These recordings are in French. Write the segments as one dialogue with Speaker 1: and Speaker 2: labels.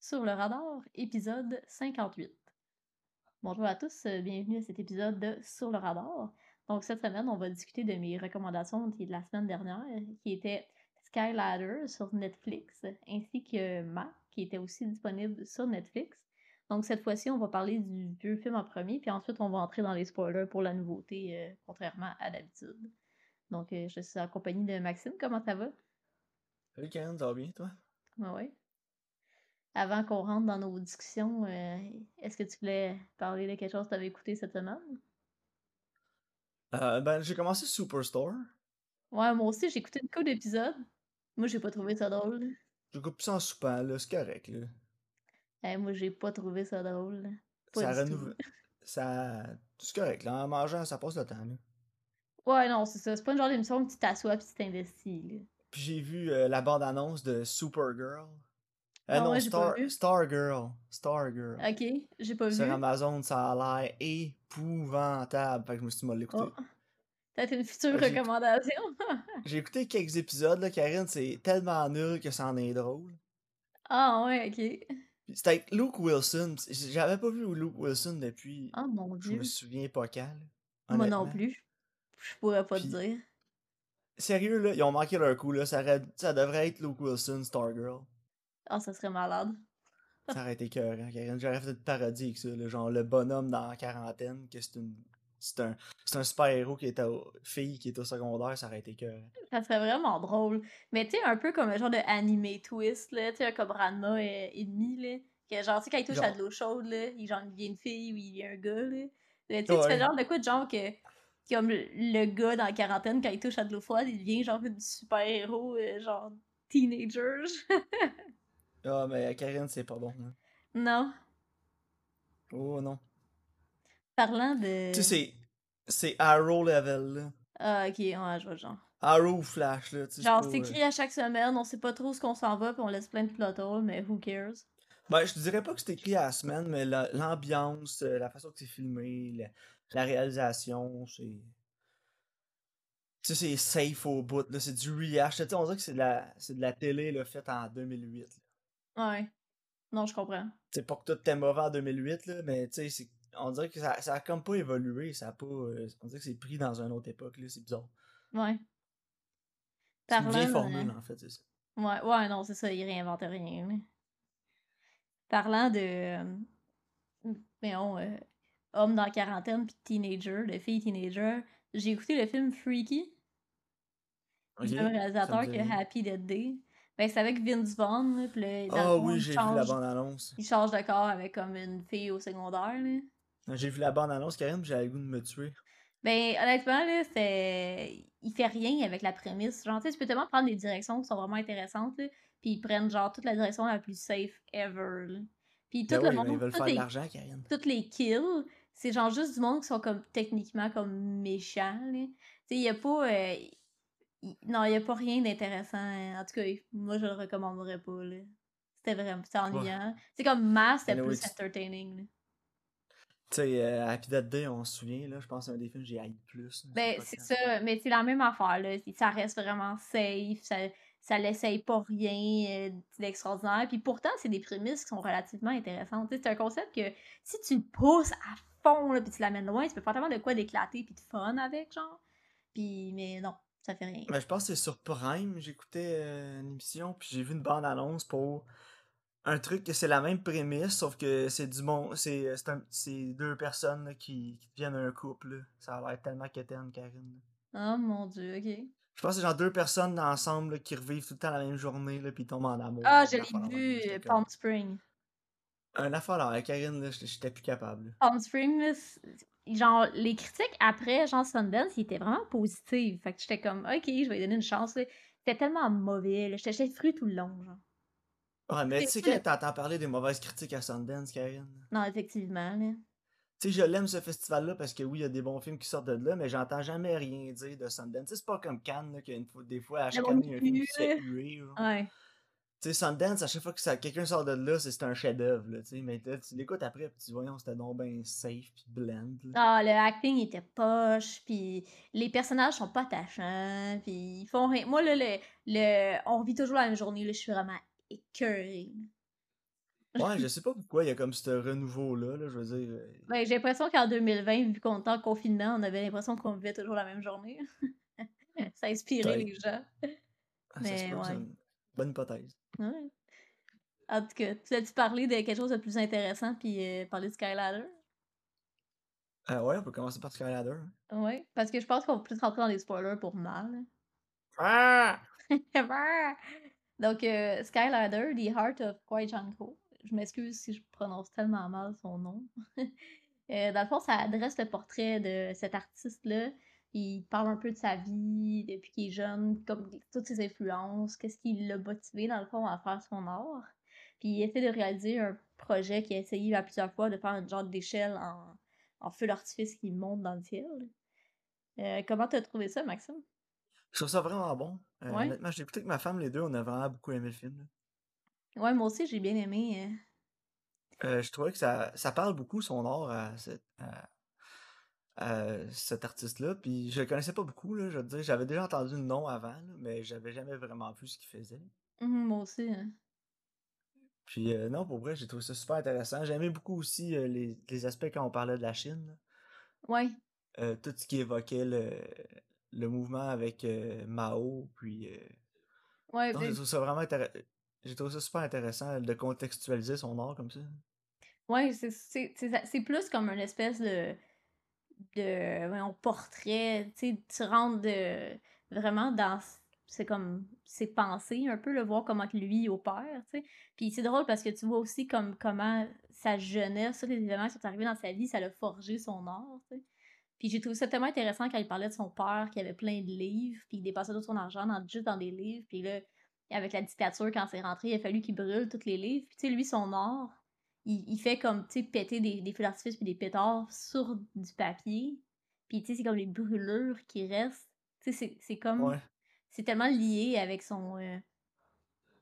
Speaker 1: Sur le radar, épisode 58. Bonjour à tous, euh, bienvenue à cet épisode de Sur le radar. Donc cette semaine, on va discuter de mes recommandations de la semaine dernière, qui étaient Skyladder sur Netflix, ainsi que Ma, qui était aussi disponible sur Netflix. Donc cette fois-ci, on va parler du vieux film en premier, puis ensuite on va entrer dans les spoilers pour la nouveauté, euh, contrairement à d'habitude. Donc euh, je suis en compagnie de Maxime, comment ça va?
Speaker 2: Salut Karen, ça va bien toi?
Speaker 1: Ouais, Ah ouais. Avant qu'on rentre dans nos discussions, euh, est-ce que tu voulais parler de quelque chose que tu avais écouté cette semaine?
Speaker 2: Euh, ben, j'ai commencé Superstore.
Speaker 1: Ouais, moi aussi, j'ai écouté une couple d'épisodes. Moi, j'ai pas trouvé ça drôle.
Speaker 2: Je coupe ça en soupant, là, c'est correct, là.
Speaker 1: Eh, moi, j'ai pas trouvé ça drôle. Pas
Speaker 2: ça
Speaker 1: du tout.
Speaker 2: renouvelle. Ça. C'est correct, là. En mangeant, ça passe le temps, là.
Speaker 1: Ouais, non, c'est ça. C'est pas une genre d'émission que tu t'assois pis tu t'investis, là.
Speaker 2: Puis j'ai vu euh, la bande-annonce de Supergirl. Euh,
Speaker 1: Ah
Speaker 2: non,
Speaker 1: ouais, j'ai pas
Speaker 2: Star...
Speaker 1: vu.
Speaker 2: Stargirl. Stargirl.
Speaker 1: Ok, j'ai pas vu.
Speaker 2: Sur Amazon, ça a l'air épouvantable. Fait que je me suis dit, moi, l'écouter.
Speaker 1: Oh. Peut-être une future
Speaker 2: J'ai-
Speaker 1: recommandation.
Speaker 2: J'ai écouté quelques épisodes, là, Karine, c'est tellement nul que ça en est drôle.
Speaker 1: ah, ouais, ok.
Speaker 2: Puis C'était avec Luke Wilson. J- J'avais pas vu Luke Wilson depuis.
Speaker 1: Oh mon
Speaker 2: Je
Speaker 1: dieu.
Speaker 2: me souviens pas quand, là,
Speaker 1: Moi non
Speaker 2: honnêtement.
Speaker 1: plus. Je pourrais pas
Speaker 2: Puis-
Speaker 1: te dire.
Speaker 2: Sérieux, là, ils ont manqué leur coup, là. Ça, aurait- ça devrait être Luke Wilson, Stargirl.
Speaker 1: Ah, ça serait malade.
Speaker 2: Ça aurait été écœurant, Karine. J'aurais fait une parodie avec ça, là, Genre, le bonhomme dans la quarantaine, que c'est une. C'est un, c'est un super-héros qui est au- fille qui est au secondaire, ça aurait été écœurant.
Speaker 1: Ça serait vraiment drôle. Mais tu sais, un peu comme un genre de animé twist, là. Tu sais, comme Ranma et, euh, et demi, là. Que genre, tu sais, quand il touche à
Speaker 2: Genre.
Speaker 1: de l'eau chaude, là, il, genre, il devient une fille ou il devient un gars, là. Mais tu sais, tu fais
Speaker 2: Ouais.
Speaker 1: genre de quoi de genre que. Comme le gars dans la quarantaine, quand il touche à de l'eau froide, il devient genre du super-héros, euh, genre teenager.
Speaker 2: Ah, mais euh, Karine, c'est pas bon, hein.
Speaker 1: non.
Speaker 2: Oh non.
Speaker 1: Parlant de.
Speaker 2: Tu sais, c'est. C'est Arrow level, là.
Speaker 1: Ah, ok, ouais, je vois le genre.
Speaker 2: Arrow ou Flash, là. Tu sais,
Speaker 1: Genre,
Speaker 2: pas,
Speaker 1: c'est
Speaker 2: euh,
Speaker 1: écrit à chaque semaine, on sait pas trop ce qu'on s'en va, puis on laisse plein de plot holes, mais who cares?
Speaker 2: Ben, je te dirais pas que c'est écrit à la semaine, mais la- l'ambiance, euh, la façon que c'est filmé, la, la réalisation, c'est. Tu sais, c'est safe au bout, là. C'est du rehash. Tu sais, on dirait que c'est de la, c'est de la télé, là, faite en 2008. là.
Speaker 1: Ouais. Non, je comprends.
Speaker 2: C'est pas que tout était mauvais en 2008, là, mais tu sais, c'est- on dirait que ça, ça a comme pas évolué. Ça a pas. euh, on dirait que c'est pris dans une autre époque, là. C'est bizarre.
Speaker 1: Ouais.
Speaker 2: C'est une vieille
Speaker 1: Parlant,
Speaker 2: formule, en fait, c'est ça.
Speaker 1: euh, Ouais, ouais, non, c'est ça, il réinvente rien. là. Parlant de. euh, Mais on. euh, homme dans la quarantaine puis teenager, de fille teenager, j'ai écouté le film Freaky
Speaker 2: Ok,
Speaker 1: du même
Speaker 2: ça me
Speaker 1: réalisateur
Speaker 2: dit
Speaker 1: que
Speaker 2: rien.
Speaker 1: Happy Dead Day. Ben, c'est avec Vince Vaughn, là, pis là, dans le
Speaker 2: Ah
Speaker 1: fond,
Speaker 2: oui,
Speaker 1: il
Speaker 2: j'ai vu la
Speaker 1: change,
Speaker 2: bande-annonce.
Speaker 1: il change de corps avec comme une fille au secondaire, là.
Speaker 2: J'ai vu la bande-annonce, Karine, puis j'avais le goût de me tuer.
Speaker 1: Ben, honnêtement, là, c'est. Il fait rien avec la prémisse. Genre, tu sais, tu peux tellement prendre des directions qui sont vraiment intéressantes, là, puis ils prennent, genre, toute la direction la plus safe ever, là. Puis tout
Speaker 2: Ben
Speaker 1: le
Speaker 2: oui, mais ils
Speaker 1: monde,
Speaker 2: veulent
Speaker 1: toutes
Speaker 2: faire de
Speaker 1: les,
Speaker 2: l'argent, Karine.
Speaker 1: toutes les kills, c'est genre juste du monde qui sont comme techniquement comme méchants, là. Tu sais, y a pas. euh, y- Non, y a pas rien d'intéressant. hein. En tout cas, moi, je le recommanderais pas, là. C'était vraiment. C'était
Speaker 2: Ouais.
Speaker 1: ennuyant. C'est comme masse, c'était
Speaker 2: Anyway,
Speaker 1: plus
Speaker 2: tu-
Speaker 1: entertaining, là.
Speaker 2: Tu sais, euh, Happy Death Day, on se souvient, là, je pense que c'est un des films que j'ai haï le plus. là, sur le
Speaker 1: Ben, c'est
Speaker 2: podcast.
Speaker 1: ça, mais c'est la même affaire, là. C'est- Ça reste vraiment safe, ça, ça l'essaye pas rien euh, d'extraordinaire. Puis pourtant, c'est des prémices qui sont relativement intéressantes. Tu sais, C'est un concept que si tu le pousses à fond, là, puis tu l'amènes loin, tu peux faire tellement de quoi d'éclater puis de fun avec, genre. Puis, mais non, ça fait rien.
Speaker 2: Ben, je pense que c'est sur Prime, j'écoutais euh, une émission, puis j'ai vu une bande-annonce pour un truc que c'est la même prémisse, sauf que c'est du monde, c'est euh, c'est un- c'est deux personnes là, qui, qui deviennent un couple. là. Ça a l'air tellement quétaine, Karine. là.
Speaker 1: Oh mon dieu, ok.
Speaker 2: Je pense que c'est genre deux personnes ensemble là, qui revivent tout le temps la même journée, là, puis ils tombent en amour.
Speaker 1: Ah,
Speaker 2: là,
Speaker 1: je
Speaker 2: une affaire de même, là,
Speaker 1: l'ai
Speaker 2: j'étais
Speaker 1: vu,
Speaker 2: comme...
Speaker 1: Palm Spring.
Speaker 2: Un affaire là, Karine, là, j'étais j'étais plus capable. là.
Speaker 1: Palm Spring, là, c- genre, les critiques après, genre, Sundance, ils étaient vraiment positives. Fait que j'étais comme, OK, je vais lui donner une chance, là. C'était tellement mauvais, là. J'étais j'étais fruit tout le long, genre.
Speaker 2: Ouais, mais
Speaker 1: C'est
Speaker 2: tu sais,
Speaker 1: ça,
Speaker 2: quand
Speaker 1: le-
Speaker 2: t'entends parler des mauvaises critiques à Sundance, Karine... là,
Speaker 1: Non, effectivement, là.
Speaker 2: Tu sais, je l'aime ce festival-là parce que oui, il y a des bons films qui sortent de là, mais j'entends jamais rien dire de Sundance. Tu sais, C'est pas comme Cannes, là, qu'il y a une fois- des fois, à
Speaker 1: Le
Speaker 2: chaque
Speaker 1: monde
Speaker 2: année, il y a un film
Speaker 1: hue,
Speaker 2: qui se fait
Speaker 1: là.
Speaker 2: huer. genre.
Speaker 1: Ouais.
Speaker 2: Tu sais, Sundance, à chaque fois que ça- quelqu'un sort de là, c'est c'est un chef-d'œuvre, là, tu sais. Mais là, tu l'écoutes après, puis tu dis, voyons, c'était donc ben safe, puis blend, là.
Speaker 1: Ah, le acting il était poche, puis les personnages sont pas attachants, puis ils font rien. Moi, là, le, le... on vit toujours la même journée, là. Je suis vraiment écœurée.
Speaker 2: Ouais, je sais pas pourquoi il y a comme ce renouveau-là, là, je veux dire. euh,
Speaker 1: Ben, j'ai l'impression qu'en 2020, vu qu'on était en confinement, on avait l'impression qu'on vivait toujours la même journée. ça inspirait les gens.
Speaker 2: ah, ça se
Speaker 1: Mais
Speaker 2: peut, c'est
Speaker 1: ouais.
Speaker 2: une bonne hypothèse.
Speaker 1: Ouais. En tout cas, tu as-tu parlé de quelque chose de plus intéressant puis euh, parler du Skyladder?
Speaker 2: Ah ouais, on peut commencer par Skylander. hein.
Speaker 1: Oui, parce que je pense qu'on va plus rentrer dans les spoilers pour mal. hein.
Speaker 2: Ah!
Speaker 1: Donc, euh, Skylander, The Heart of Kwai Janko. Je m'excuse si je prononce tellement mal son nom. Euh, dans le fond, ça adresse le portrait de cet artiste-là. Il parle un peu de sa vie depuis qu'il est jeune, comme toutes ses influences, qu'est-ce qui l'a motivé, dans le fond, à faire son art. Puis il essaie de réaliser un projet qu'il a essayé à plusieurs fois de faire un genre d'échelle en, en feu d'artifice qui monte dans le ciel. Euh, comment t'as trouvé ça, Maxime?
Speaker 2: Je trouve ça vraiment bon. Euh,
Speaker 1: Ouais.
Speaker 2: Honnêtement, j'ai écouté avec ma femme, les deux, on a vraiment beaucoup aimé le film. là.
Speaker 1: Ouais, moi aussi, j'ai bien aimé. euh,
Speaker 2: Euh, je trouvais que ça, ça parle beaucoup son art à, cet- à- à cet artiste-là. Puis je le connaissais pas beaucoup, là, je veux dire. J'avais déjà entendu le nom avant, là, mais j'avais jamais vraiment vu ce qu'il faisait.
Speaker 1: Mhm, moi aussi. hein.
Speaker 2: Puis euh, non, pour vrai, j'ai trouvé ça super intéressant. J'aimais beaucoup aussi euh, les, les aspects quand on parlait de la Chine. là.
Speaker 1: Ouais,
Speaker 2: Euh, tout ce qui évoquait le, le mouvement avec euh, Mao. Puis euh,
Speaker 1: ouais.
Speaker 2: non,
Speaker 1: ben,
Speaker 2: j'ai trouvé ça vraiment intéressant. J'ai trouvé ça super intéressant de contextualiser son art comme ça.
Speaker 1: Ouais, c'est- c'est c'est ça- c'est plus comme une espèce de, de voyons, portrait, tu sais, tu rentres de, vraiment dans s- c'est comme ses pensées un peu, le voir comment que lui opère, tu sais. Puis c'est drôle parce que tu vois aussi comme comment sa jeunesse, tous les événements qui sont arrivés dans sa vie, ça l'a forgé son art, tu sais. Puis j'ai trouvé ça tellement intéressant quand il parlait de son père, qui avait plein de livres, puis il dépensait tout son argent dans, juste dans des livres. Puis là, avec la dictature, quand c'est rentré, il a fallu qu'il brûle tous les livres. Puis tu sais, lui, son art, il, il fait comme, tu sais, péter des, des feux d'artifice puis des pétards sur du papier. Puis tu sais, c'est comme les brûlures qui restent. Tu sais, c'est- c'est comme...
Speaker 2: Ouais.
Speaker 1: C'est tellement lié avec son... euh,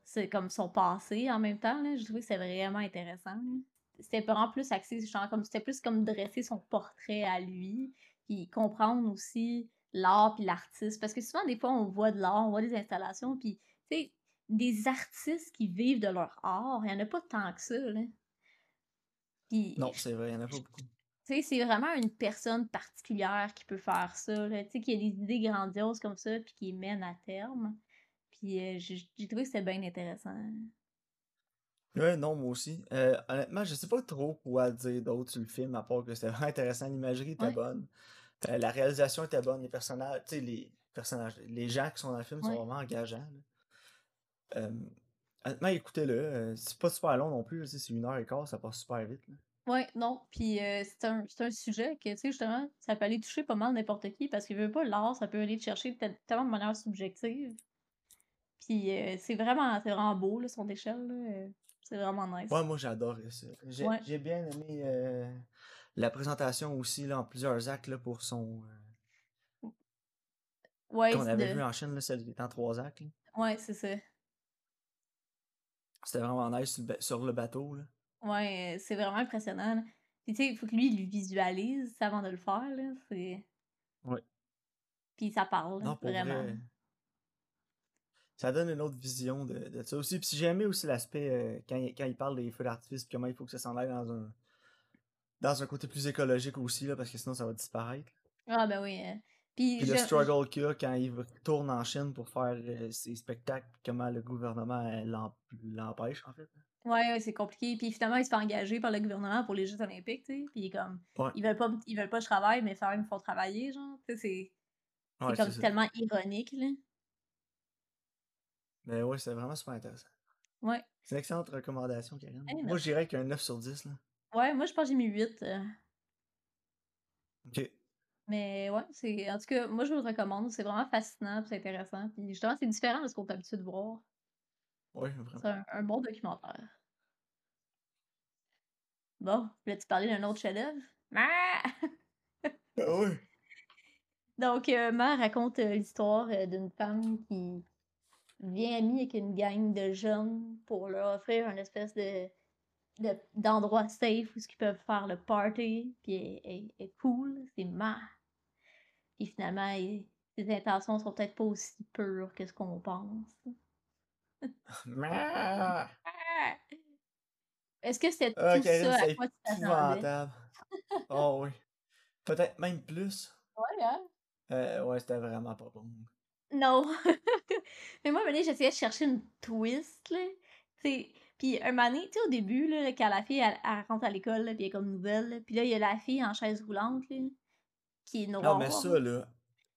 Speaker 1: c'est comme son passé en même temps. Là. Je trouvais que c'était vraiment intéressant. là. C'était vraiment plus axé, genre comme c'était plus comme dresser son portrait à lui, puis comprendre aussi l'art puis l'artiste. Parce que souvent, des fois, on voit de l'art, on voit des installations, puis tu sais, des artistes qui vivent de leur art, il n'y en a pas tant que ça. Là. Puis
Speaker 2: Non, c'est vrai, il y en a pas beaucoup.
Speaker 1: tu sais, c'est vraiment une personne particulière qui peut faire ça, là, tu sais, qui a des idées grandioses comme ça, puis qui les mène à terme. Puis euh, j'ai j'ai trouvé que c'était bien intéressant.
Speaker 2: Ouais, non, moi aussi. Euh, honnêtement, je sais pas trop quoi dire d'autre sur le film, à part que c'était vraiment intéressant, l'imagerie était
Speaker 1: Ouais.
Speaker 2: bonne, euh, la réalisation était bonne, les personnages, tu sais, les personnages, les gens qui sont dans le film sont
Speaker 1: Ouais.
Speaker 2: vraiment engageants. là. Euh, honnêtement, écoutez-le, euh, c'est pas super long non plus, là, tu sais, c'est une heure et quart, ça passe super vite. là.
Speaker 1: Ouais, non, puis euh, c'est un, c'est un sujet que, tu sais, justement, ça peut aller toucher pas mal n'importe qui, parce que, veut pas, l'art, ça peut aller te chercher de tel- tellement de manière subjective. Puis euh, c'est vraiment, c'est vraiment beau, là, son échelle, là, euh, C'est vraiment nice.
Speaker 2: Ouais, moi j'ai adoré ça. J'ai
Speaker 1: Ouais.
Speaker 2: j'ai bien aimé euh, la présentation aussi, là, en plusieurs actes, là, pour son... euh,
Speaker 1: Ouais,
Speaker 2: qu'on
Speaker 1: c'est
Speaker 2: avait
Speaker 1: de...
Speaker 2: vu en Chine, là, celle qui est en trois actes, là.
Speaker 1: Ouais, c'est ça.
Speaker 2: C'était vraiment nice sur le ba- sur le bateau, là.
Speaker 1: Ouais, euh, c'est vraiment impressionnant. là. Puis tu sais, il faut que lui, il le visualise avant de le faire, là. C'est...
Speaker 2: Ouais.
Speaker 1: Puis ça parle, là,
Speaker 2: Non, pour
Speaker 1: vraiment.
Speaker 2: vrai... ça donne une autre vision de, de ça aussi. Puis si j'ai aimé aussi l'aspect euh, quand, il- quand il parle des feux d'artifice, puis comment il faut que ça s'en aille dans un, dans un côté plus écologique aussi, là, parce que sinon ça va disparaître.
Speaker 1: Ah, ben oui. euh. Puis
Speaker 2: Puis le
Speaker 1: je-
Speaker 2: struggle qu'il y a quand il tourne en Chine pour faire euh, ses spectacles, puis comment le gouvernement euh, l'em- l'empêche, en fait.
Speaker 1: Ouais, ouais, c'est compliqué. Puis finalement, il se fait engager par le gouvernement pour les Jeux Olympiques, tu sais. Puis il est comme,
Speaker 2: Ouais.
Speaker 1: ils veulent pas, ils veulent pas que je travaille, mais quand même, ils me font travailler, genre. Tu sais, c'est, c'est
Speaker 2: Ouais,
Speaker 1: comme
Speaker 2: c'est ça.
Speaker 1: tellement ironique, là.
Speaker 2: Mais Ben ouais, c'est vraiment super intéressant.
Speaker 1: Ouais.
Speaker 2: C'est une excellente recommandation, Karine.
Speaker 1: Eh,
Speaker 2: Moi, je dirais qu'un 9 sur 10, là.
Speaker 1: Ouais, moi, je pense que j'ai mis 8. euh,
Speaker 2: Ok.
Speaker 1: Mais ouais, c'est, en tout cas, moi, je vous le recommande. C'est vraiment fascinant, puis c'est intéressant. Puis justement, c'est différent de ce qu'on est habitué de voir.
Speaker 2: Ouais, vraiment.
Speaker 1: C'est un, un bon documentaire. Bon, voulais-tu parler d'un autre chef-d'œuvre? Ah!
Speaker 2: Ah ouais.
Speaker 1: Donc, euh, Ma raconte euh, l'histoire euh, d'une femme qui vient amie avec une gang de jeunes pour leur offrir une espèce de de- d'endroit safe où ils peuvent faire le party, puis elle- elle elle est cool, c'est Ma. Et finalement, elle- ses intentions sont peut-être pas aussi pures que ce qu'on pense.
Speaker 2: Ah!
Speaker 1: Est-ce que c'était
Speaker 2: Ah,
Speaker 1: tout
Speaker 2: Karine,
Speaker 1: ça à
Speaker 2: c'est
Speaker 1: quoi tu t'attendais?
Speaker 2: épouvantable. Oh oui. Peut-être même plus.
Speaker 1: Ouais, hein?
Speaker 2: Euh, ouais, c'était vraiment pas bon.
Speaker 1: Non. Mais moi, à un moment donné, j'essayais de chercher une twist, là. Tu sais, Puis, un moment donné, tu sais, au début, là, quand la fille, elle, elle rentre à l'école, là, puis elle est comme nouvelle, là, puis là, il y a la fille en chaise roulante, là, qui est
Speaker 2: Non,
Speaker 1: noire.
Speaker 2: mais ça, là,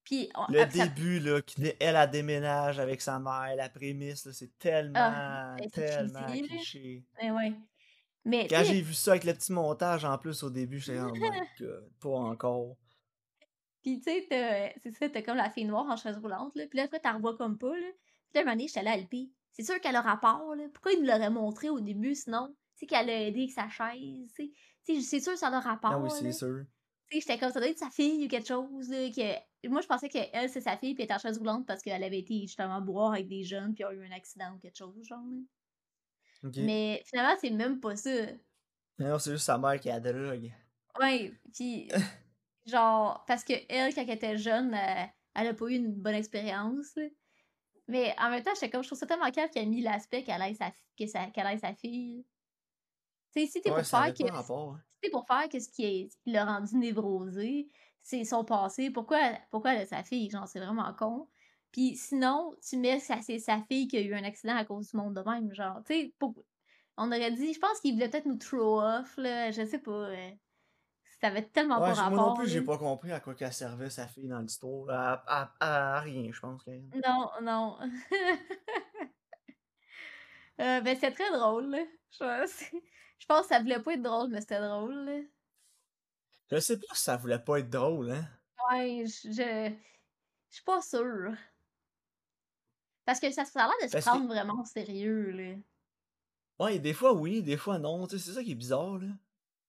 Speaker 1: Puis, on-
Speaker 2: le
Speaker 1: ah, puis ça-
Speaker 2: début, là, qui, elle, elle déménage avec sa mère, la prémisse, là,
Speaker 1: Ah,
Speaker 2: c'est tellement,
Speaker 1: ben, c'est
Speaker 2: tellement
Speaker 1: cheesy, là.
Speaker 2: cliché.
Speaker 1: mais eh ouais. Mais, tu
Speaker 2: Quand j'ai
Speaker 1: sais,
Speaker 2: vu ça avec le petit montage en plus au début, j'étais oh my god, pas encore.
Speaker 1: Puis, tu sais, t'as- c'est ça, t'as comme la fille noire en chaise roulante, là. Puis là, après, t'en revois comme pas, là. Puis là, un moment donné, j'étais là à LP. C'est sûr qu'elle a rapport, là. Pourquoi il nous l'aurait montré au début, sinon? Tu sais, qu'elle a aidé avec sa chaise, tu sais. Tu sais, c'est sûr que ça a
Speaker 2: Ah oui,
Speaker 1: rapport, là.
Speaker 2: c'est sûr.
Speaker 1: Tu sais, j'étais comme, ça doit être sa fille ou quelque chose, là. Que... Moi, je pensais qu'elle, c'est sa fille, puis elle est en chaise roulante parce qu'elle avait été, justement, boire avec des jeunes, puis elle a eu un accident ou quelque chose, genre, là.
Speaker 2: Ok.
Speaker 1: Mais finalement, c'est même pas ça.
Speaker 2: Non, c'est juste sa mère qui a la drogue.
Speaker 1: Ouais, puis genre parce que elle quand elle était jeune, elle, elle a pas eu une bonne expérience. là. Mais en même temps, j'étais comme je trouve ça tellement cave qu'elle a mis l'aspect qu'elle aille sa que sa- qu'elle aille sa fille. Tu sais, si t'es
Speaker 2: Ouais,
Speaker 1: pour
Speaker 2: ça
Speaker 1: faire
Speaker 2: avait
Speaker 1: que
Speaker 2: pas rapport. hein.
Speaker 1: si t'es pour faire que ce qui est- ce qui l'a rendu névrosé, c'est son passé, pourquoi pourquoi elle a sa fille, genre c'est vraiment con. Puis sinon, tu mets ça c'est sa fille qui a eu un accident à cause du monde de même, genre tu sais pour- on aurait dit, je pense qu'il voulait peut-être nous throw off, là, je sais pas. euh, ça avait tellement
Speaker 2: Ouais,
Speaker 1: pas
Speaker 2: j- moi non
Speaker 1: rapport.
Speaker 2: plus,
Speaker 1: là.
Speaker 2: j'ai pas compris à quoi qu'elle servait sa fille dans l'histoire. là. À, à- à rien, je pense, quand même.
Speaker 1: Non, non. Euh, ben, c'était très drôle, là. Je pense, je pense que ça voulait pas être drôle, mais c'était drôle, là.
Speaker 2: Je sais pas si ça voulait pas être drôle, hein.
Speaker 1: Ouais, je. Je je suis pas sûre. Parce que ça, ça a l'air de se
Speaker 2: Parce que,
Speaker 1: prendre vraiment au sérieux, là.
Speaker 2: ouais, des fois oui, des fois non, tu sais, c'est ça qui est bizarre, là.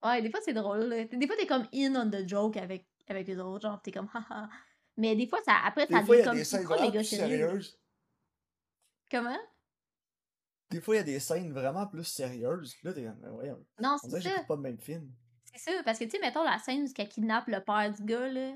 Speaker 1: Ouais, des fois c'est drôle, là. Des fois t'es comme in on the joke avec, avec les autres, genre t'es comme haha. Mais des fois, ça, après,
Speaker 2: Des
Speaker 1: ça
Speaker 2: fois,
Speaker 1: devient
Speaker 2: il y a
Speaker 1: comme
Speaker 2: des
Speaker 1: c'est
Speaker 2: scènes
Speaker 1: trop les
Speaker 2: vraiment
Speaker 1: gars
Speaker 2: plus
Speaker 1: sérieux.
Speaker 2: sérieuses.
Speaker 1: Comment?
Speaker 2: Des fois, il y a des scènes vraiment plus sérieuses. Là, t'es comme, Mais voyons,
Speaker 1: Non,
Speaker 2: on
Speaker 1: c'est
Speaker 2: dirait que
Speaker 1: ça.
Speaker 2: j'écoute pas le même film.
Speaker 1: C'est ça, parce que, tu sais, mettons la scène où elle kidnappe le père du gars, là.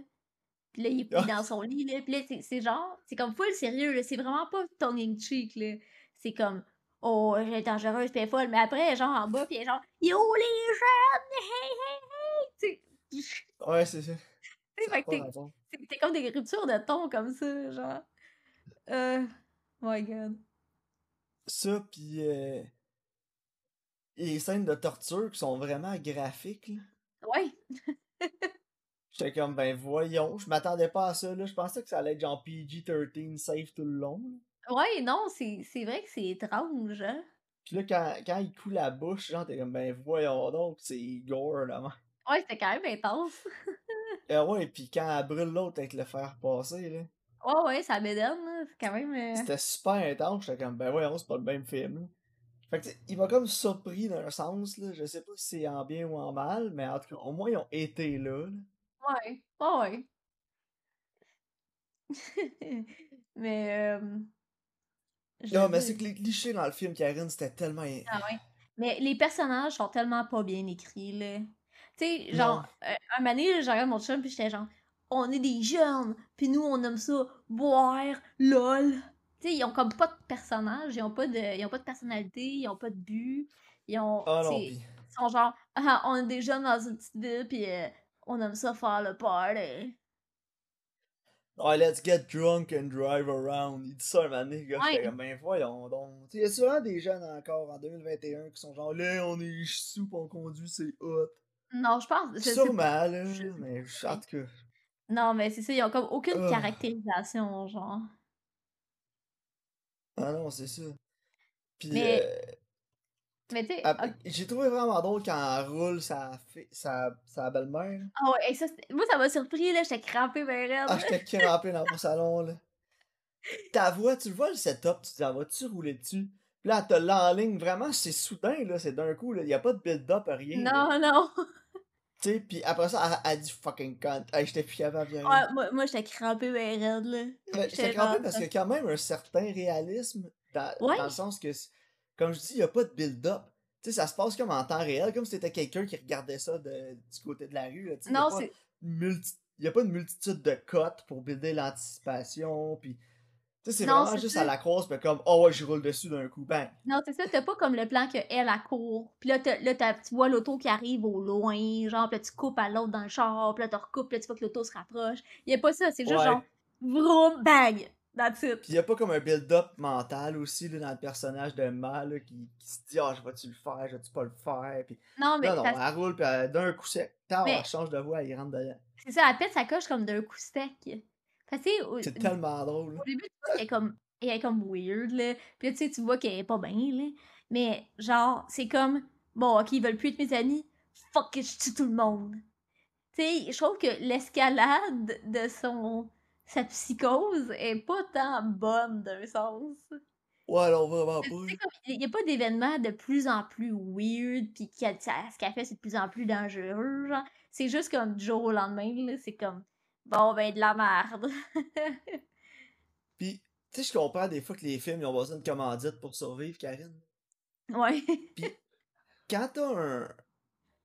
Speaker 1: Puis là, il est pris
Speaker 2: Ah!
Speaker 1: dans son lit, là. Puis là, c'est c'est genre, c'est comme full sérieux, là. C'est vraiment pas tongue in cheek, là. C'est comme, oh, elle est dangereuse, puis elle est folle. Mais après, genre, en bas, puis elle est genre, yo, les gens! Hey, hey, hey! Tu sais,
Speaker 2: Ouais, c'est ça.
Speaker 1: tu sais,
Speaker 2: Ça a
Speaker 1: fait que
Speaker 2: pas
Speaker 1: t'es-
Speaker 2: rapport.
Speaker 1: c'est t'es comme des ruptures de ton comme ça, genre. Euh, my god.
Speaker 2: Ça, pis euh, les scènes de torture qui sont vraiment graphiques, là.
Speaker 1: Ouais,
Speaker 2: J'étais comme, ben voyons, je m'attendais pas à ça, là. Je pensais que ça allait être genre PG-13 safe tout le long, là.
Speaker 1: ouais, non, c'est c'est vrai que c'est étrange, hein.
Speaker 2: Pis là, quand, quand il coule la bouche, genre, t'es comme, ben voyons donc, c'est gore, là. man.
Speaker 1: Ouais, c'était quand même intense.
Speaker 2: Euh, ouais, pis quand elle brûle l'autre avec le fer passer, là.
Speaker 1: Ouais, ouais, ça m'étonne, là. C'est quand même. euh,
Speaker 2: C'était super intense, j'étais comme, ben voyons, c'est pas le même film, là. Fait que, tu sais, il m'a comme surpris d'un sens, là. Je sais pas si c'est en bien ou en mal, mais en tout cas, au moins, ils ont été là, là.
Speaker 1: Ouais, ouais, ouais. Mais, euh, je
Speaker 2: Non,
Speaker 1: veux
Speaker 2: mais c'est
Speaker 1: dire.
Speaker 2: que les clichés dans le film, Karine, c'était tellement. é-
Speaker 1: Ah ouais. Mais les personnages sont tellement pas bien écrits, là. Tu sais, genre,
Speaker 2: Non.
Speaker 1: euh, un moment donné, je regarde mon chum, puis j'étais genre, on est des jeunes, puis nous, on aime ça, boire, lol. Tu sais, ils ont comme pas de personnage, ils ont pas de, ils ont pas de personnalité, ils ont pas de but, ils ont,
Speaker 2: Ah
Speaker 1: tu
Speaker 2: non,
Speaker 1: sais,
Speaker 2: pis.
Speaker 1: ils sont genre, ah, on est des jeunes dans une petite ville, puis euh, on aime ça faire le party.
Speaker 2: Ouais, let's get drunk and drive around. Il dit ça un moment donné, le gars, j'étais
Speaker 1: Ouais,
Speaker 2: comme, ben voyons donc. Tu sais, il y a souvent des jeunes encore en 2021 qui sont genre, là, on est sous, pis on conduit, c'est hot.
Speaker 1: non, je pense, je sais pas.
Speaker 2: Sûrement, là,
Speaker 1: Je sais
Speaker 2: mais
Speaker 1: pas.
Speaker 2: en tout cas.
Speaker 1: Non, mais c'est ça, ils ont comme aucune
Speaker 2: ah,
Speaker 1: caractérisation, genre.
Speaker 2: ah non, c'est ça. Pis,
Speaker 1: Mais,
Speaker 2: euh,
Speaker 1: mais tu sais,
Speaker 2: ap-
Speaker 1: ok,
Speaker 2: Ah, j'ai trouvé vraiment drôle quand elle roule sa, fi- sa, sa belle-mère.
Speaker 1: ah ouais, hey, ça, c'est- moi ça m'a surpris, là, j'étais crampée, ben raide.
Speaker 2: Ah, j'étais crampé dans mon salon, là. ta voix, tu vois le setup, tu te dis, Ah, vas-tu rouler dessus? Puis là, elle te l'enligne, vraiment, c'est soudain, là, c'est d'un coup, là, y a pas de build-up, rien, là.
Speaker 1: Non, non.
Speaker 2: Tu sais, puis après ça, elle, elle dit fucking cunt. Hey, j'étais plus capable, Karine.
Speaker 1: Ouais, moi, moi j'étais crampée, ben raide, là.
Speaker 2: Mais J'étais
Speaker 1: J'étais
Speaker 2: crampé
Speaker 1: genre,
Speaker 2: parce qu'il y a quand même un certain réalisme, dans, dans le
Speaker 1: ouais,
Speaker 2: sens que, c- comme je dis, y a pas de build-up. Tu sais, ça se passe comme en temps réel, comme si t'étais quelqu'un qui regardait ça de- du côté de la rue, là. Tu sais, y a
Speaker 1: non,
Speaker 2: pas
Speaker 1: c'est.
Speaker 2: multi- y a pas une multitude de cotes pour builder l'anticipation, puis... Tu sais, c'est
Speaker 1: Non,
Speaker 2: vraiment
Speaker 1: c'est
Speaker 2: juste
Speaker 1: ça.
Speaker 2: à la crosse, mais comme, oh ouais, je roule dessus d'un coup, bang.
Speaker 1: Non, c'est ça, t'as pas comme le plan que elle à court. Puis là, t'as- là t'as- tu vois l'auto qui arrive au loin, genre, puis là, tu coupes à l'autre dans le char, puis là, tu recoupes, puis là, tu vois que l'auto se rapproche. Il a pas ça, c'est juste
Speaker 2: Ouais.
Speaker 1: genre, vroom, bang! That's it.
Speaker 2: Puis il a pas comme un build-up mental aussi là, dans le personnage de Ma là, qui, qui se dit Ah, je vais-tu le faire, je vais-tu pas le faire. Puis,
Speaker 1: Non, mais
Speaker 2: non, non,
Speaker 1: ça-
Speaker 2: elle roule, puis elle- d'un coup sec, tard,
Speaker 1: Mais-
Speaker 2: elle change de voix, elle rentre dedans.
Speaker 1: c'est ça, elle pète sa coche comme d'un coup sec. Parce que, au,
Speaker 2: C'est tellement drôle. là.
Speaker 1: au début, tu vois qu'elle est comme, elle est comme weird, là. Puis là, tu sais, tu vois qu'elle est pas bien, là. Mais, genre, c'est comme, bon, ok, ils veulent plus être mes amis, fuck it, je tue tout le monde. Tu sais, je trouve que l'escalade de son. sa psychose est pas tant bonne d'un sens.
Speaker 2: Ouais, non, vraiment pas. là.
Speaker 1: Il n'y a pas d'événement de plus en plus weird, puis qu'elle- ça- ce qu'elle fait, c'est de plus en plus dangereux, genre. C'est juste comme du jour au lendemain, là, c'est comme, bon, ben, de la merde.
Speaker 2: Puis, tu sais, je comprends des fois que les films, ils ont besoin de commandite pour survivre, Karine.
Speaker 1: ouais.
Speaker 2: Quand t'as un,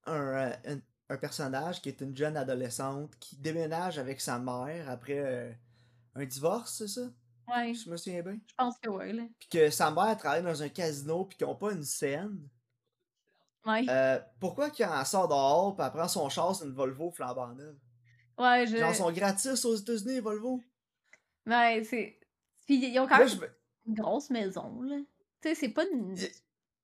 Speaker 2: un, euh, un, un personnage qui est une jeune adolescente qui déménage avec sa mère après euh, un divorce, c'est ça
Speaker 1: Ouais,
Speaker 2: Je me souviens bien.
Speaker 1: je pense que ouais, là.
Speaker 2: Puis que sa mère travaille dans un casino, puis qu'ils ont pas une scène.
Speaker 1: Ouais,
Speaker 2: Euh, pourquoi qu'elle en sort dehors puis elle prend son char, c'est une Volvo flambant neuve?
Speaker 1: ouais, je.
Speaker 2: Genre, sont gratis aux États-Unis, les Volvo.
Speaker 1: Ouais, c'est. Puis ils ont quand
Speaker 2: Là,
Speaker 1: même
Speaker 2: je me-
Speaker 1: une grosse maison, là. Tu sais, c'est pas une.
Speaker 2: Y-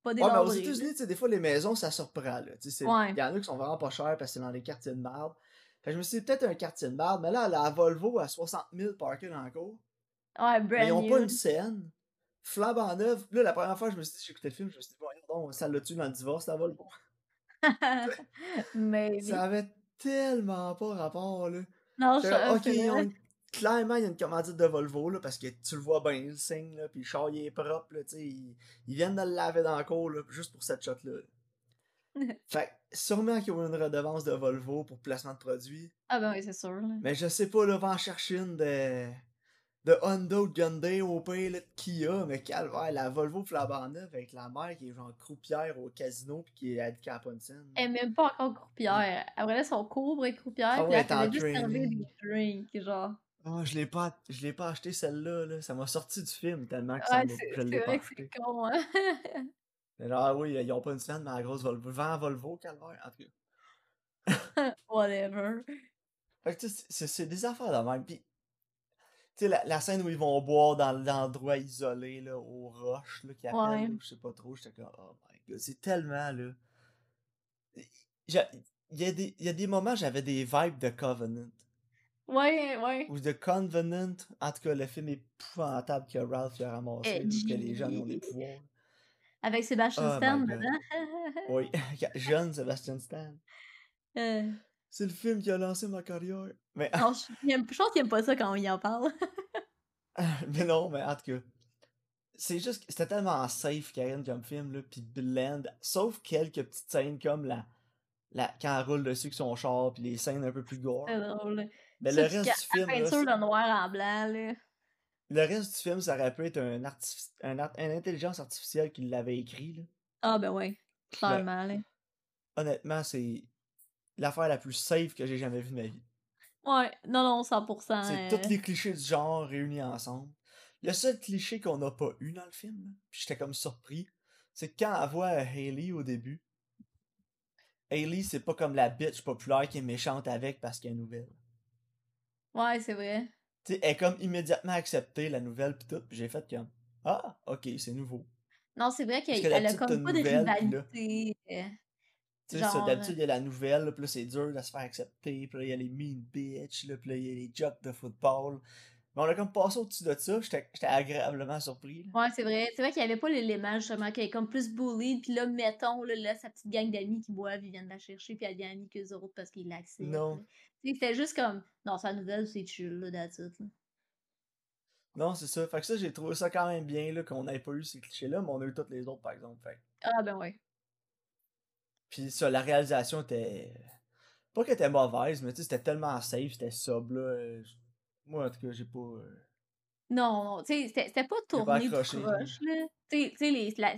Speaker 1: Pas des
Speaker 2: Ouais, mais aux
Speaker 1: denrées, là.
Speaker 2: États-Unis, tu sais, des fois, les maisons, ça surprend, là. Tu sais, c'est- Il
Speaker 1: Ouais.
Speaker 2: y en a qui sont vraiment pas chères parce que c'est dans des quartiers de merde. Fait que je me suis dit, peut-être un quartier de merde, mais là, la Volvo à 60 000 parkés dans la cour.
Speaker 1: Ouais,
Speaker 2: Mais ils
Speaker 1: brand
Speaker 2: ont pas
Speaker 1: new.
Speaker 2: une scène. Flambant neuve. Là, la première fois, je me suis dit, j'écoutais le film, je me suis dit, voyons donc, ça l'a tué dans le divorce, la Volvo.
Speaker 1: Mais.
Speaker 2: Ça avait tellement pas rapport, là.
Speaker 1: Non,
Speaker 2: Fait
Speaker 1: je.
Speaker 2: que, ok,
Speaker 1: c'est vrai.
Speaker 2: on- clairement, il y a une commandite de Volvo, là, parce que tu le vois bien, le signe, là, puis le char, il est propre, là, tu sais, ils, ils viennent de le laver dans le cours, là, juste pour cette shot-là. fait que, sûrement qu'ils ont une redevance de Volvo pour placement de produits,
Speaker 1: Ah, ben oui, c'est sûr, là.
Speaker 2: mais je sais pas, là, va en chercher une de, de Honda ou de Hyundai au pays, là, de Kia, mais calvaire, la Volvo flambant neuve avec la mère qui est genre croupière au casino, puis qui est addict à la bonne scène.
Speaker 1: Elle est même pas encore croupière. Après là, son cours est croupière,
Speaker 2: Ah
Speaker 1: puis
Speaker 2: ouais,
Speaker 1: elle
Speaker 2: elle est en
Speaker 1: faisait juste servir
Speaker 2: training.
Speaker 1: des drinks, genre.
Speaker 2: Ah, je l'ai pas, je l'ai pas acheté celle-là, là. ça m'a sorti du film tellement que ça
Speaker 1: Ouais,
Speaker 2: m'a-
Speaker 1: c'est
Speaker 2: je
Speaker 1: c'est
Speaker 2: l'ai pas
Speaker 1: vrai que c'est
Speaker 2: acheté.
Speaker 1: con, hein.
Speaker 2: Mais là, ah oui, ils ont pas une scène, mais la grosse Volvo. Vent à Volvo, calvaire, en tout cas.
Speaker 1: Whatever.
Speaker 2: Fait que tu sais, c'est, c'est des affaires de même. Puis, tu sais, la, la scène où ils vont boire dans l'endroit isolé, là, aux roches, là, qui appellent,
Speaker 1: Ouais.
Speaker 2: là, je sais pas trop, j'étais comme, oh my god, c'est tellement, là. J'a- Il y, a des, il y a des moments, j'avais des vibes de Covenant.
Speaker 1: Ouais, ouais.
Speaker 2: Ou de Convenant. En tout cas, le film épouvantable que Ralph il a
Speaker 1: Eh,
Speaker 2: ramassé, là, parce que les jeunes ont des
Speaker 1: Edgy.
Speaker 2: pouvoirs.
Speaker 1: Avec Sébastien
Speaker 2: Oh
Speaker 1: Stan hein?
Speaker 2: my God.
Speaker 1: dedans.
Speaker 2: Oui, jeune Sebastian Stan.
Speaker 1: Euh,
Speaker 2: C'est le film qui a lancé ma carrière. Mais
Speaker 1: non, je, il aime- je pense qu'il aime pas ça quand on y en parle.
Speaker 2: mais non, mais en tout cas. C'est juste que c'était tellement safe, Karine, comme film, là, pis blend. Sauf quelques petites scènes comme la, la quand elle roule dessus avec son char, pis les scènes un peu plus gore.
Speaker 1: C'est drôle.
Speaker 2: Mais
Speaker 1: Euh, ça,
Speaker 2: le
Speaker 1: puis
Speaker 2: reste
Speaker 1: qu'à-
Speaker 2: du film, là,
Speaker 1: Peinture
Speaker 2: c'est-
Speaker 1: de noir en blanc, là.
Speaker 2: le reste du film, ça aurait pu être un artific- un art- une intelligence artificielle qui l'avait écrit. là.
Speaker 1: Ah, ben ouais. Clairement, là.
Speaker 2: Honnêtement, c'est l'affaire la plus safe que j'ai jamais vue de ma vie.
Speaker 1: Ouais, non, non, 100%.
Speaker 2: C'est
Speaker 1: euh,
Speaker 2: tous les clichés du genre réunis ensemble. Le seul cliché qu'on n'a pas eu dans le film, là, puis j'étais comme surpris, c'est que quand elle voit euh, Hailey au début, Hailey, c'est pas comme la bitch populaire qui est méchante avec parce qu'elle est nouvelle.
Speaker 1: Ouais, c'est vrai.
Speaker 2: Tu sais, elle est comme immédiatement acceptée, la nouvelle, pis tout, pis j'ai fait comme Ah, ok, c'est nouveau.
Speaker 1: Non, c'est vrai
Speaker 2: Parce
Speaker 1: qu'elle
Speaker 2: que la
Speaker 1: elle a
Speaker 2: petite, t'as
Speaker 1: comme
Speaker 2: une
Speaker 1: pas de
Speaker 2: nouvelle, puis là-
Speaker 1: rivalité. euh,
Speaker 2: Tu sais, ça,
Speaker 1: Genre,
Speaker 2: d'habitude, il y a la nouvelle, là, pis là, c'est dur de se faire accepter, pis là, il y a les mean bitch, là, pis là, il y a les jokes de football. Mais on a comme passé au-dessus de ça, j'étais j'étais agréablement surpris. là.
Speaker 1: Ouais, c'est vrai. C'est vrai qu'il n'y avait pas l'élément justement qu'elle est comme plus bullied. Puis là, mettons, là, là, sa petite gang d'amis qui boivent, ils viennent la chercher, puis elle devient amie qu'eux autres parce qu'ils l'acceptent.
Speaker 2: Non.
Speaker 1: là. Tu sais, C'était juste comme, non, sa nouvelle, c'est chill, là, that's it, là.
Speaker 2: Non, c'est ça. Fait que ça, j'ai trouvé ça quand même bien, là, qu'on n'ait pas eu ces clichés-là, mais on a eu toutes les autres, par exemple. Fait. que-
Speaker 1: Ah, ben ouais.
Speaker 2: Puis ça, la réalisation était... Pas qu'elle était mauvaise, mais tu sais, c'était tellement safe, c'était sobre, là. euh, j- Moi, en tout cas, j'ai pas... euh,
Speaker 1: Non, non, tu sais, c'était c'était pas
Speaker 2: pas
Speaker 1: tourné tout
Speaker 2: accroché, là.
Speaker 1: croche, là. Tu sais- tu sais, les, la-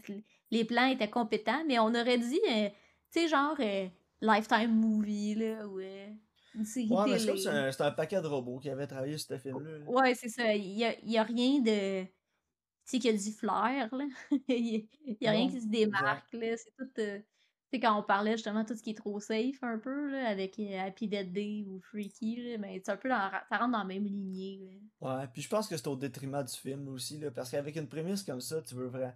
Speaker 1: les plans étaient compétents, mais on aurait dit, euh, tu sais, genre, euh, Lifetime Movie, là, ouais. Une série
Speaker 2: Ouais, mais je
Speaker 1: télé.
Speaker 2: trouve que c'est un, c'est un paquet de robots qui avaient travaillé sur ce film-là. là.
Speaker 1: Ouais, c'est ça. Il y a, il y a rien de. Tu sais, qu'il y a du flair, là. Il y a rien
Speaker 2: Non,
Speaker 1: qui se
Speaker 2: exact.
Speaker 1: démarque, là. C'est tout. euh, Tu sais, quand on parlait justement tout ce qui est trop safe, un peu, là, avec euh, Happy Dead Day ou Freaky, là, mais c'est un peu dans, ça rentre dans la même lignée, là.
Speaker 2: Ouais, puis je pense que c'est au détriment du film aussi, là, parce qu'avec une prémisse comme ça, tu veux vraiment.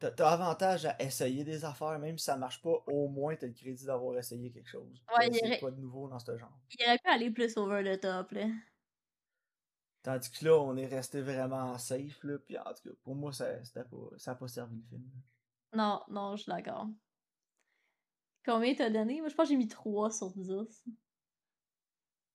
Speaker 2: T'as t'as avantage à essayer des affaires, même si ça marche pas, au moins t'as le crédit d'avoir essayé quelque chose. T'as
Speaker 1: Ouais, il
Speaker 2: essayé de
Speaker 1: aurait,
Speaker 2: quoi de nouveau dans ce genre.
Speaker 1: il aurait pu aller plus over the top, là.
Speaker 2: Tandis que là, on est resté vraiment safe, là, puis en tout cas, pour moi, ça n'a pas, ça a pas servi le film.
Speaker 1: Non, non, je suis d'accord. Combien t'as donné? Moi, je pense que j'ai mis 3 sur 10.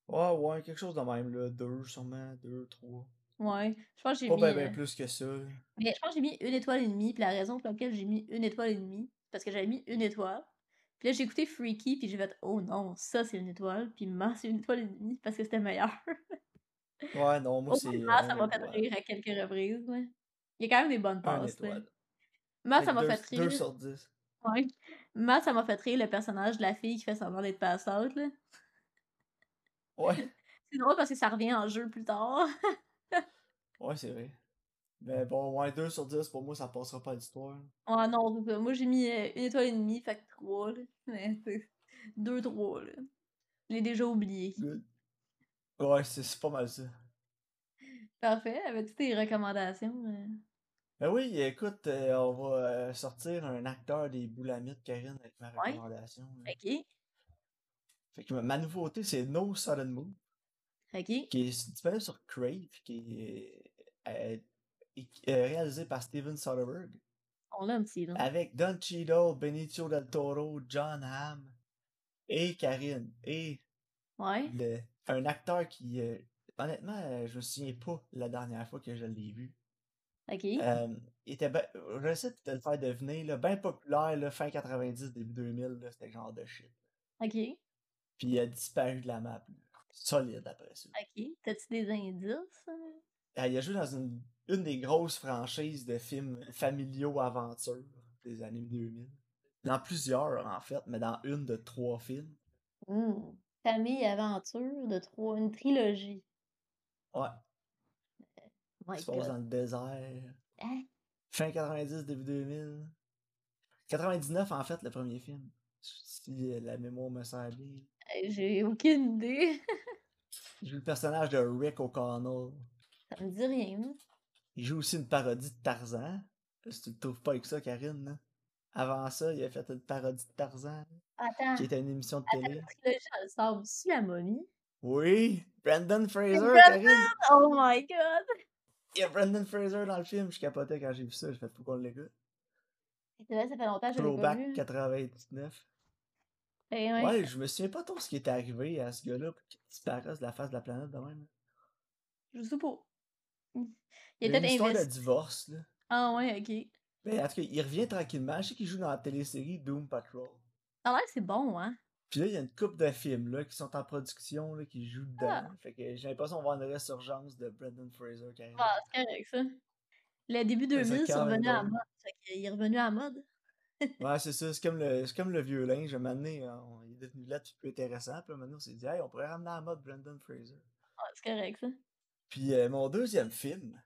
Speaker 2: Ouais, ouais, quelque chose de même, là, deux sûrement, deux, trois.
Speaker 1: Ouais, je pense que j'ai
Speaker 2: Pas bien
Speaker 1: mis. euh,
Speaker 2: plus que ça, là.
Speaker 1: Mais je pense que j'ai mis une étoile et demie, puis la raison pour laquelle j'ai mis une étoile et demie, c'est parce que j'avais mis une étoile. Puis là, j'ai écouté Freaky, puis j'ai fait Oh non, ça c'est une étoile, puis mince, c'est une étoile et demie, parce que c'était meilleur.
Speaker 2: Ouais, non, moi,
Speaker 1: Au
Speaker 2: c'est
Speaker 1: moins, ça
Speaker 2: un
Speaker 1: m'a fait
Speaker 2: étoile.
Speaker 1: rire à quelques reprises. ouais. Il y a quand même des bonnes
Speaker 2: Un
Speaker 1: passes. Là.
Speaker 2: étoile.
Speaker 1: Moi,
Speaker 2: Fait
Speaker 1: Ah, ça
Speaker 2: que
Speaker 1: m'a
Speaker 2: deux,
Speaker 1: fait
Speaker 2: deux
Speaker 1: rire.
Speaker 2: sur dix.
Speaker 1: Ouais. Moi, ça m'a fait rire le personnage de la fille qui fait semblant d'être passante. là.
Speaker 2: Ouais,
Speaker 1: C'est drôle parce que ça revient en jeu plus tard.
Speaker 2: ouais, c'est vrai. Mais bon, ouais, 2 sur 10, pour moi, ça passera pas à l'histoire.
Speaker 1: Ah non, c'est ça. moi j'ai mis euh, une étoile et demie, fait que trois, là. Mais c'est deux, trois, là. Je l'ai déjà oublié.
Speaker 2: Good. Ouais, c'est c'est pas mal ça.
Speaker 1: Parfait, avec toutes tes recommandations. euh.
Speaker 2: Ben oui, écoute, euh, on va euh, sortir un acteur des Boulamites, Karine, avec ma
Speaker 1: Ouais,
Speaker 2: recommandation. là.
Speaker 1: ok,
Speaker 2: Fait que ma ma nouveauté, c'est No Sudden Move,
Speaker 1: ok,
Speaker 2: qui est disponible sur Crave, qui est euh, é- euh, réalisé par Steven Soderbergh,
Speaker 1: on l'aime, Steven.
Speaker 2: avec Don Cheadle, Benicio del Toro, John Hamm et Karine. Et
Speaker 1: Ouais,
Speaker 2: le- un acteur qui, euh, honnêtement, euh, je me souviens pas la dernière fois que je l'ai vu.
Speaker 1: ok,
Speaker 2: Euh, il était ben, je sais de le faire devenir, là, bien populaire, là, fin 90, début 2000, là, c'était genre de shit.
Speaker 1: ok,
Speaker 2: Puis il a disparu de la map, là. solide après ça.
Speaker 1: ok. T'as-tu des indices? euh?
Speaker 2: Euh, il a joué dans une, une des grosses franchises de films familiaux aventures des années 2000. Dans plusieurs, en fait, mais dans une de trois films.
Speaker 1: Hmm, Famille, aventure, de trois, une trilogie.
Speaker 2: Ouais,
Speaker 1: Oh my
Speaker 2: qui se passe
Speaker 1: god.
Speaker 2: dans le désert.
Speaker 1: Hein?
Speaker 2: Fin 90, début 2000. 99, en fait, le premier film. Si euh, la mémoire me sert bien.
Speaker 1: Euh, J'ai aucune idée.
Speaker 2: Il joue le personnage de Rick O'Connell.
Speaker 1: Ça me dit rien. moi.
Speaker 2: Il joue aussi une parodie de Tarzan. Si tu le trouves pas avec ça, Karine. là. Avant ça, il a fait une parodie de Tarzan,
Speaker 1: Attends,
Speaker 2: qui était une émission de
Speaker 1: attends,
Speaker 2: télé.
Speaker 1: la trilogie, elle sort aussi la momie.
Speaker 2: Oui! Brandon
Speaker 1: C'est
Speaker 2: Fraser, Karine!
Speaker 1: Brandon! Oh my god!
Speaker 2: Il y a Brandon Fraser dans le film. Je capotais quand j'ai vu ça. Je fais pourquoi on l'écoute.
Speaker 1: C'est vrai, ça fait longtemps que je l'ai Ah, pas
Speaker 2: Throwback
Speaker 1: vu.
Speaker 2: 99.
Speaker 1: Eh ouais.
Speaker 2: Ouais, je me souviens pas trop ce qui est arrivé à ce gars-là pour qu'il disparaisse de la face de la planète de même.
Speaker 1: Je sais pas. Il est
Speaker 2: Il y a une
Speaker 1: peut-être
Speaker 2: histoire de
Speaker 1: investi.
Speaker 2: divorce, là.
Speaker 1: Ah ouais, ok.
Speaker 2: Mais en tout cas, il revient tranquillement. Je sais qu'il joue dans la télésérie Doom Patrol.
Speaker 1: Ça a l'air que c'est bon, hein?
Speaker 2: Puis là, il y a une couple de films là, qui sont en production, là, qui jouent dedans.
Speaker 1: Ah,
Speaker 2: Fait que j'ai l'impression qu'on va avoir une résurgence de Brendan Fraser qui
Speaker 1: bah,
Speaker 2: arrive.
Speaker 1: c'est correct, ça. Le début
Speaker 2: Ça serait
Speaker 1: 2000, c'est
Speaker 2: quand même
Speaker 1: revenu à la
Speaker 2: drôle.
Speaker 1: mode. Fait qu'il est revenu à la mode.
Speaker 2: Ouais, c'est ça. C'est comme le, c'est comme le vieux linge. À un moment donné, hein, on- il est devenu là plus intéressant. Puis là, maintenant, on s'est dit, hey, on pourrait ramener à la mode Brendan Fraser.
Speaker 1: Ouais, c'est correct, ça.
Speaker 2: Puis euh, mon deuxième film,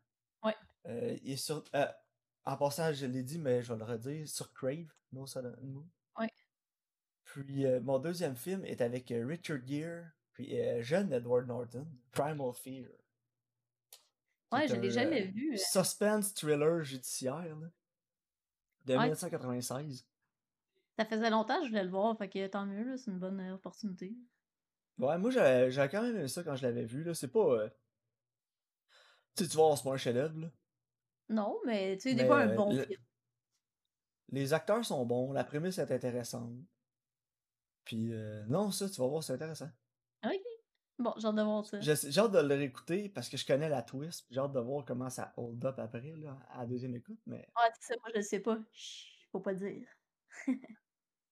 Speaker 1: Ouais.
Speaker 2: euh, il est sur. euh, en passant, je l'ai dit, mais je vais le redire, sur Crave, No Sudden Move.
Speaker 1: Ouais.
Speaker 2: Puis euh, mon deuxième film est avec euh, Richard Gere, puis euh, jeune Edward Norton, Primal Fear. qui
Speaker 1: Ouais,
Speaker 2: est
Speaker 1: je
Speaker 2: un
Speaker 1: l'ai
Speaker 2: euh,
Speaker 1: jamais vu. euh.
Speaker 2: suspense thriller judiciaire là, de
Speaker 1: Ouais,
Speaker 2: 1996.
Speaker 1: ça faisait longtemps que je voulais le voir. Fait que tant mieux, là, c'est une bonne euh, opportunité.
Speaker 2: Ouais, moi j'avais j'avais quand même aimé ça quand je l'avais vu. là. C'est pas. euh, Tu sais, tu vois, c'est pas un chef-d'œuvre, là,
Speaker 1: Non, mais tu sais, des
Speaker 2: mais
Speaker 1: fois, un
Speaker 2: euh,
Speaker 1: bon
Speaker 2: le-
Speaker 1: film.
Speaker 2: les acteurs sont bons, la prémisse est intéressante. Puis euh, non, ça, tu vas voir, c'est intéressant.
Speaker 1: Ah, Ok. Bon, j'ai hâte de voir ça.
Speaker 2: Je sais- J'ai hâte de le réécouter parce que je connais la twist. puis J'ai hâte de voir comment ça hold up après, là, à la deuxième écoute, mais,
Speaker 1: Ouais, c'est ça, moi, je le sais pas. Chut, faut pas dire.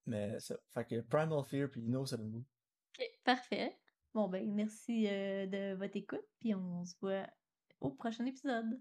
Speaker 2: mais ça. Fait que Primal Fear puis No Sudden Move.
Speaker 1: Ok, parfait. Bon, ben, merci euh, de votre écoute, puis on se voit au prochain épisode.